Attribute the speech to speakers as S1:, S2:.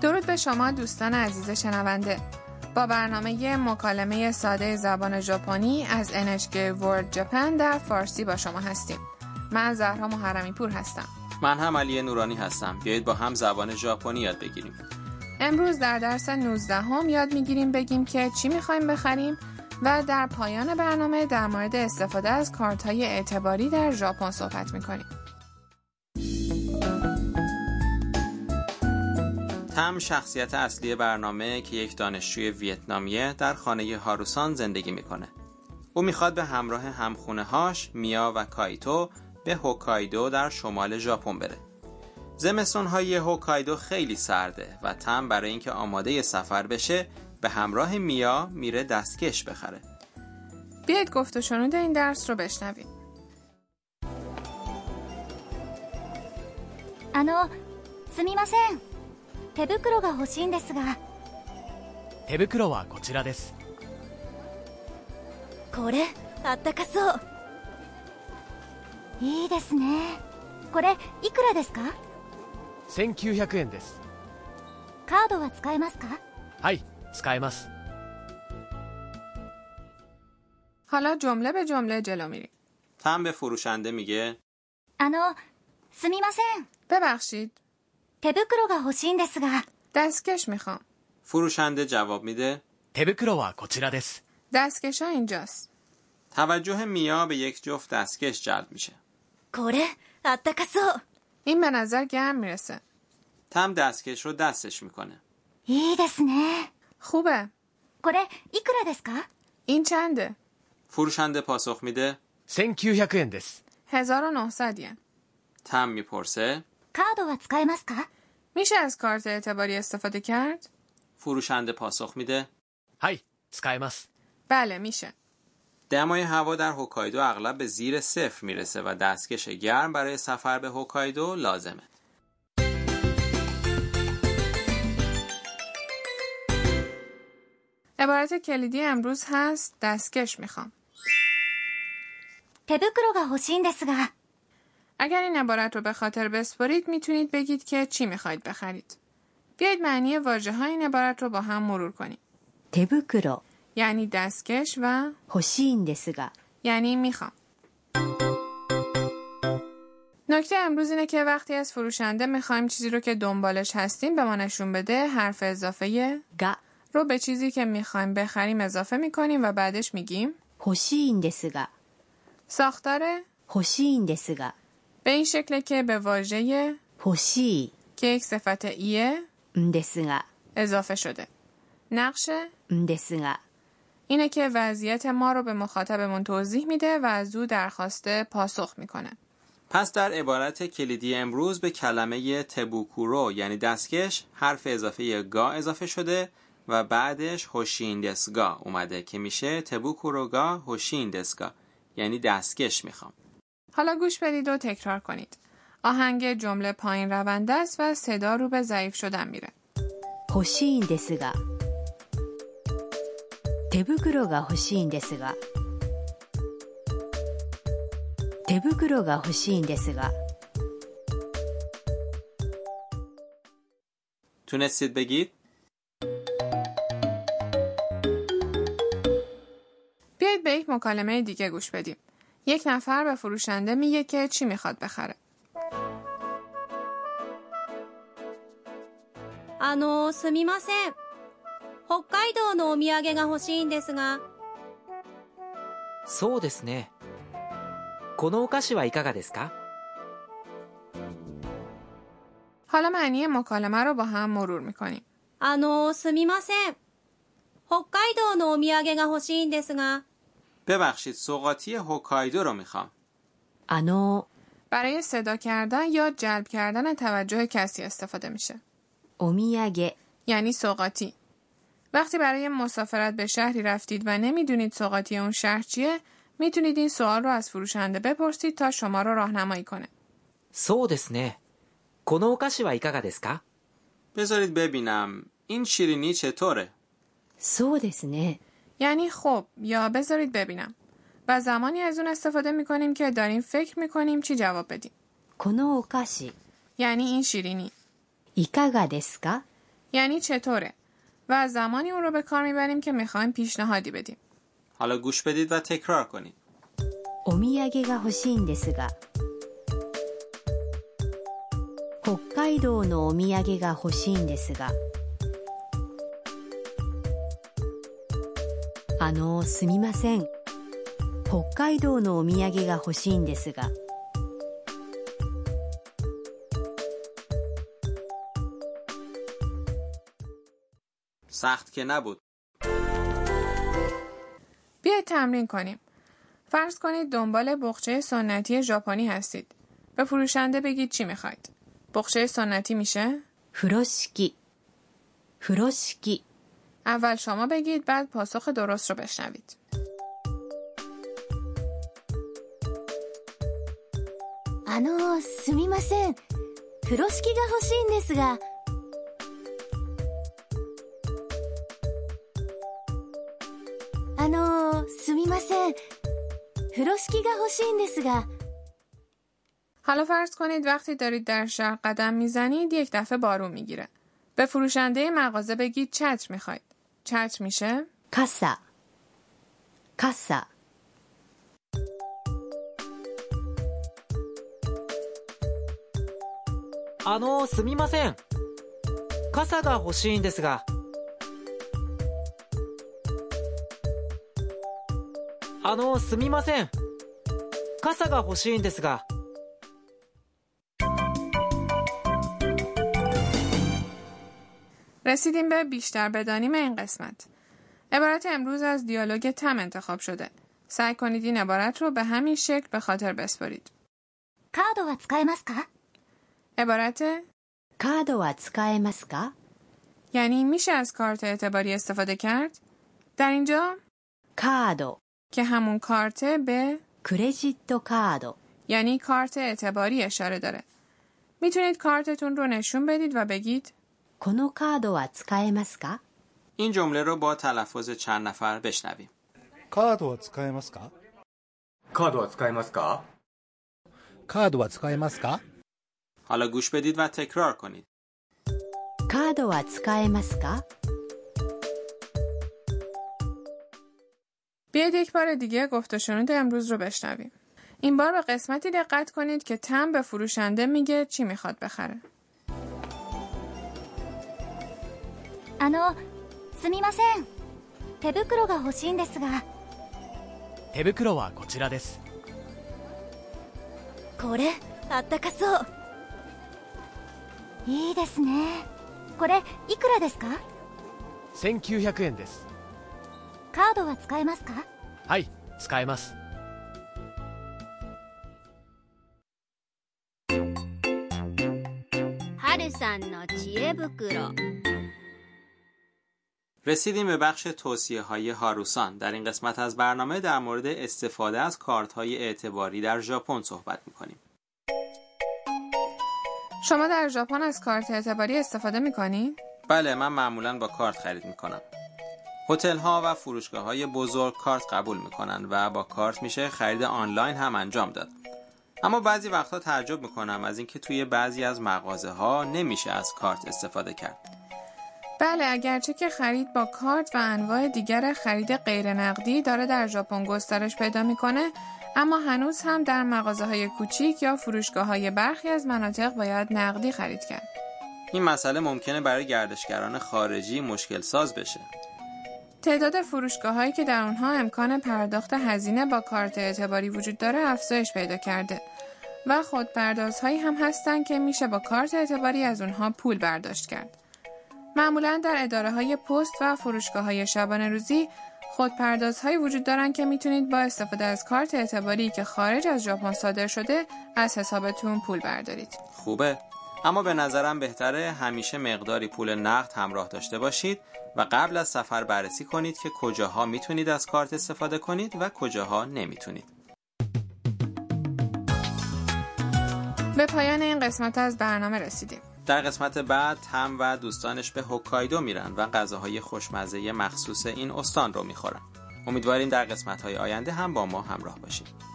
S1: درود به شما دوستان عزیز شنونده با برنامه مکالمه ساده زبان ژاپنی از NHK World Japan در فارسی با شما هستیم من زهرا محرمی پور هستم
S2: من هم علی نورانی هستم بیایید با هم زبان ژاپنی یاد بگیریم
S1: امروز در درس 19 هم یاد میگیریم بگیم که چی میخوایم بخریم و در پایان برنامه در مورد استفاده از کارت های اعتباری در ژاپن صحبت میکنیم
S2: تم شخصیت اصلی برنامه که یک دانشجوی ویتنامیه در خانه هاروسان زندگی میکنه. او میخواد به همراه همخونه هاش میا و کایتو به هوکایدو در شمال ژاپن بره. زمستون های هوکایدو خیلی سرده و تم برای اینکه آماده سفر بشه به همراه میا میره دستکش بخره.
S1: بیاید گفت و شنود این درس رو بشنویم
S3: あのすみません手袋が欲しいんですが
S4: 手袋はこちらです
S3: これあったかそういいですねこれいくらですか
S4: 1900円です
S3: カードは使えますか
S4: はい使えます
S1: حالا جمله به جمله جلو میریم
S2: تم به فروشنده میگه
S3: あのすみません
S1: ببخشید
S3: 手袋が欲しいんですが
S1: دستکش میخوام
S2: فروشنده جواب میده
S4: 手袋はこちらです
S1: دستکش ها اینجاست
S2: توجه میا به یک جفت دستکش جلب میشه.
S3: これあったかそう
S1: این به نظر گرم میرسه
S2: تم دستکش رو دستش میکنه.
S3: いいですね
S1: خوبه
S3: これいくらですか
S1: این چنده
S2: فروشنده پاسخ میده.
S4: 1900円です
S1: 1900 ین
S2: تم میپرسه.
S3: カードは使えますか
S1: میشه از کارت اعتباری استفاده کرد؟
S2: فروشنده پاسخ میده.
S4: はい使えます
S1: بله میشه
S2: دمای هوا در هوکایدو اغلب به زیر صفر میرسه و دستکش گرم برای سفر به هوکایدو لازمه.
S1: عبارت کلیدی امروز هست دستکش میخوام
S3: 手袋が欲しいんですが
S1: اگر این عبارت رو به خاطر بسپرید میتونید بگید که چی میخواید بخرید بیایید معنی واژه های این عبارت رو با هم مرور کنیم
S5: 手袋
S1: یعنی دستکش و
S5: 欲しいんですが
S1: یعنی میخوام نکته امروز اینه که وقتی از فروشنده میخوایم چیزی رو که دنبالش هستیم به ما نشون بده حرف اضافه
S5: が
S1: رو به چیزی که میخوایم بخریم اضافه میکنیم و بعدش میگیم
S5: 欲しいんですが
S1: ساختار
S5: 欲しいんですが
S1: به این شکله که به واژه
S5: 欲しい
S1: که یک صفت ایه
S5: んですが
S1: اضافه شده نقشه
S5: んですが
S1: اینه که وضعیت ما رو به مخاطبمون توضیح میده و از او درخواست پاسخ میکنه
S2: پس در عبارت کلیدی امروز به کلمه تبوکورو یعنی دستکش حرف اضافه گا اضافه شده و بعدش هوشیندسگا اومده که میشه تبوکورو گا هوشیندسگا یعنی دستکش میخوام.
S1: حالا گوش بدید و تکرار کنید آهنگ جمله پایین رونده است و صدا رو به ضعیف شدن میره
S5: 欲しいんですが手袋が欲しいんですが手袋が欲しいんですが
S2: تونستید بگید؟
S1: بیایید به یک مکالمه دیگه گوش بدیم یک نفر به فروشنده میگه که چی میخواد بخره
S6: あのすみません北海道のお土産が欲しいんですが
S7: そうですねこのお菓子はいかがですか
S1: حالا معنی مکالمه رو با هم مرور میکنیم
S6: あのすみません北海道のお土産が欲しいんですが
S2: ببخشید سوقاتی هوکایدو رو میخوام.
S5: あの
S1: برای صدا کردن یا جلب کردن توجه کسی استفاده میشه
S5: お土産
S1: یعنی سوقاتی وقتی برای مسافرت به شهری رفتید و نمیدونید سوقاتی اون شهر چیه میتونید این سوال رو از فروشنده بپرسید تا شما رو راهنمایی کنه
S7: そうですねこのお菓子はいかがですか
S2: بذارید ببینم این شیرینی چطوره؟
S5: そうですね
S1: یعنی خب یا بذارید ببینم و زمانی از اون استفاده میکنیم که داریم فکر میکنیم چی جواب بدیم
S5: このお菓子
S1: یعنی این شیرینی
S5: いかがですか
S1: یعنی یعنی چطوره و زمانی اون رو به کار میبریم که میخوایم پیشنهادی بدیم
S2: حالا گوش بدید و تکرار کنید.
S5: お土産が欲しいんですが北海道のお土産が欲しいんですがあのすみません北海道のお土産が欲しいんですが
S2: سخت که نبود.
S1: بیایید تمرین کنیم فرض کنید دنبال بخچه سنتی ژاپنی هستید به فروشنده بگید چی میخواید بخچه سنتی میشه
S5: 風呂敷風呂敷
S1: اول شما بگید بعد پاسخ درست رو بشنوید
S3: あのーすみません風呂敷が欲しいんですがあのーすみません風呂敷が欲しいんですが
S1: حالا فرض کنید وقتی دارید در شهر قدم میزنید یک دفعه بارون میگیره به فروشنده مغازه بگید چتر میخواید چتر میشه
S5: 傘傘
S7: あのすみません傘が欲しいんですがあのすみません傘が欲しいんですが
S1: رسیدیم به بیشتر بدانیم این قسمت عبارت امروز از دیالوگ تم انتخاب شده سعی کنید این عبارت رو به همین شکل به خاطر بسپرید
S3: カードは使えますか
S1: عبارت
S5: カードは使えますか
S1: یعنی میشه از کارت اعتباری استفاده کرد در اینجا
S5: カード
S1: که همون کارت به
S5: クレジットカード
S1: یعنی کارت اعتباری اشاره داره میتونید کارتتون رو نشون بدید و بگید
S5: このカードは使えますか
S2: این جمله رو با تلفظ چند نفر بشنویم.
S8: カードは使えますか
S9: カードは使えますか
S8: カードは使えますか
S2: حالا گوش بدید و تکرار کنید.
S5: カードは使えますか
S1: بیاید یک بار دیگه گفت و شنود امروز رو بشنویم این بار به قسمتی دقت کنید که تم به فروشنده میگه چی میخواد بخره
S3: あのすみません手袋が欲しいんですが
S4: 手袋はこちらです
S3: これあったかそういいですねこれいくらですか
S4: 1900円です
S3: カードは使えますか
S4: はい使えます
S10: はるさんの知恵袋
S2: رسیدیم به بخش توصیه های هاروسان در این قسمت از برنامه در مورد استفاده از کارت های اعتباری در ژاپن صحبت میکنیم
S1: شما در ژاپن از کارت اعتباری استفاده میکنید
S2: بله من معمولا با کارت خرید میکنم هتل ها و فروشگاه های بزرگ کارت قبول میکنن و با کارت میشه خرید آنلاین هم انجام داد اما بعضی وقتها تعجب میکنم از اینکه توی بعضی از مغازه ها نمیشه از کارت استفاده کرد
S1: بله اگرچه که خرید با کارت و انواع دیگر خرید غیر نقدی داره در ژاپن گسترش پیدا میکنه اما هنوز هم در مغازه های کوچیک یا فروشگاه های برخی از مناطق باید نقدی خرید کرد
S2: این مسئله ممکنه برای گردشگران خارجی مشکل ساز بشه
S1: تعداد فروشگاه هایی که در اونها امکان پرداخت هزینه با کارت اعتباری وجود داره افزایش پیدا کرده و خودپردازهایی هم هستند که میشه با کارت اعتباری از اونها پول برداشت کرد. معمولا در اداره های پست و فروشگاه های شبانه روزی خودپردازهایی وجود دارن که میتونید با استفاده از کارت اعتباری که خارج از ژاپن صادر شده از حسابتون پول بردارید.
S2: خوبه اما به نظرم بهتره همیشه مقداری پول نقد همراه داشته باشید و قبل از سفر بررسی کنید که کجاها میتونید از کارت استفاده کنید و کجاها نمیتونید
S1: به پایان این قسمت از برنامه رسیدیم.
S2: در قسمت بعد هم و دوستانش به هوکایدو میرن و غذاهای خوشمزه مخصوص این استان رو میخورن امیدواریم در قسمت‌های آینده هم با ما همراه باشید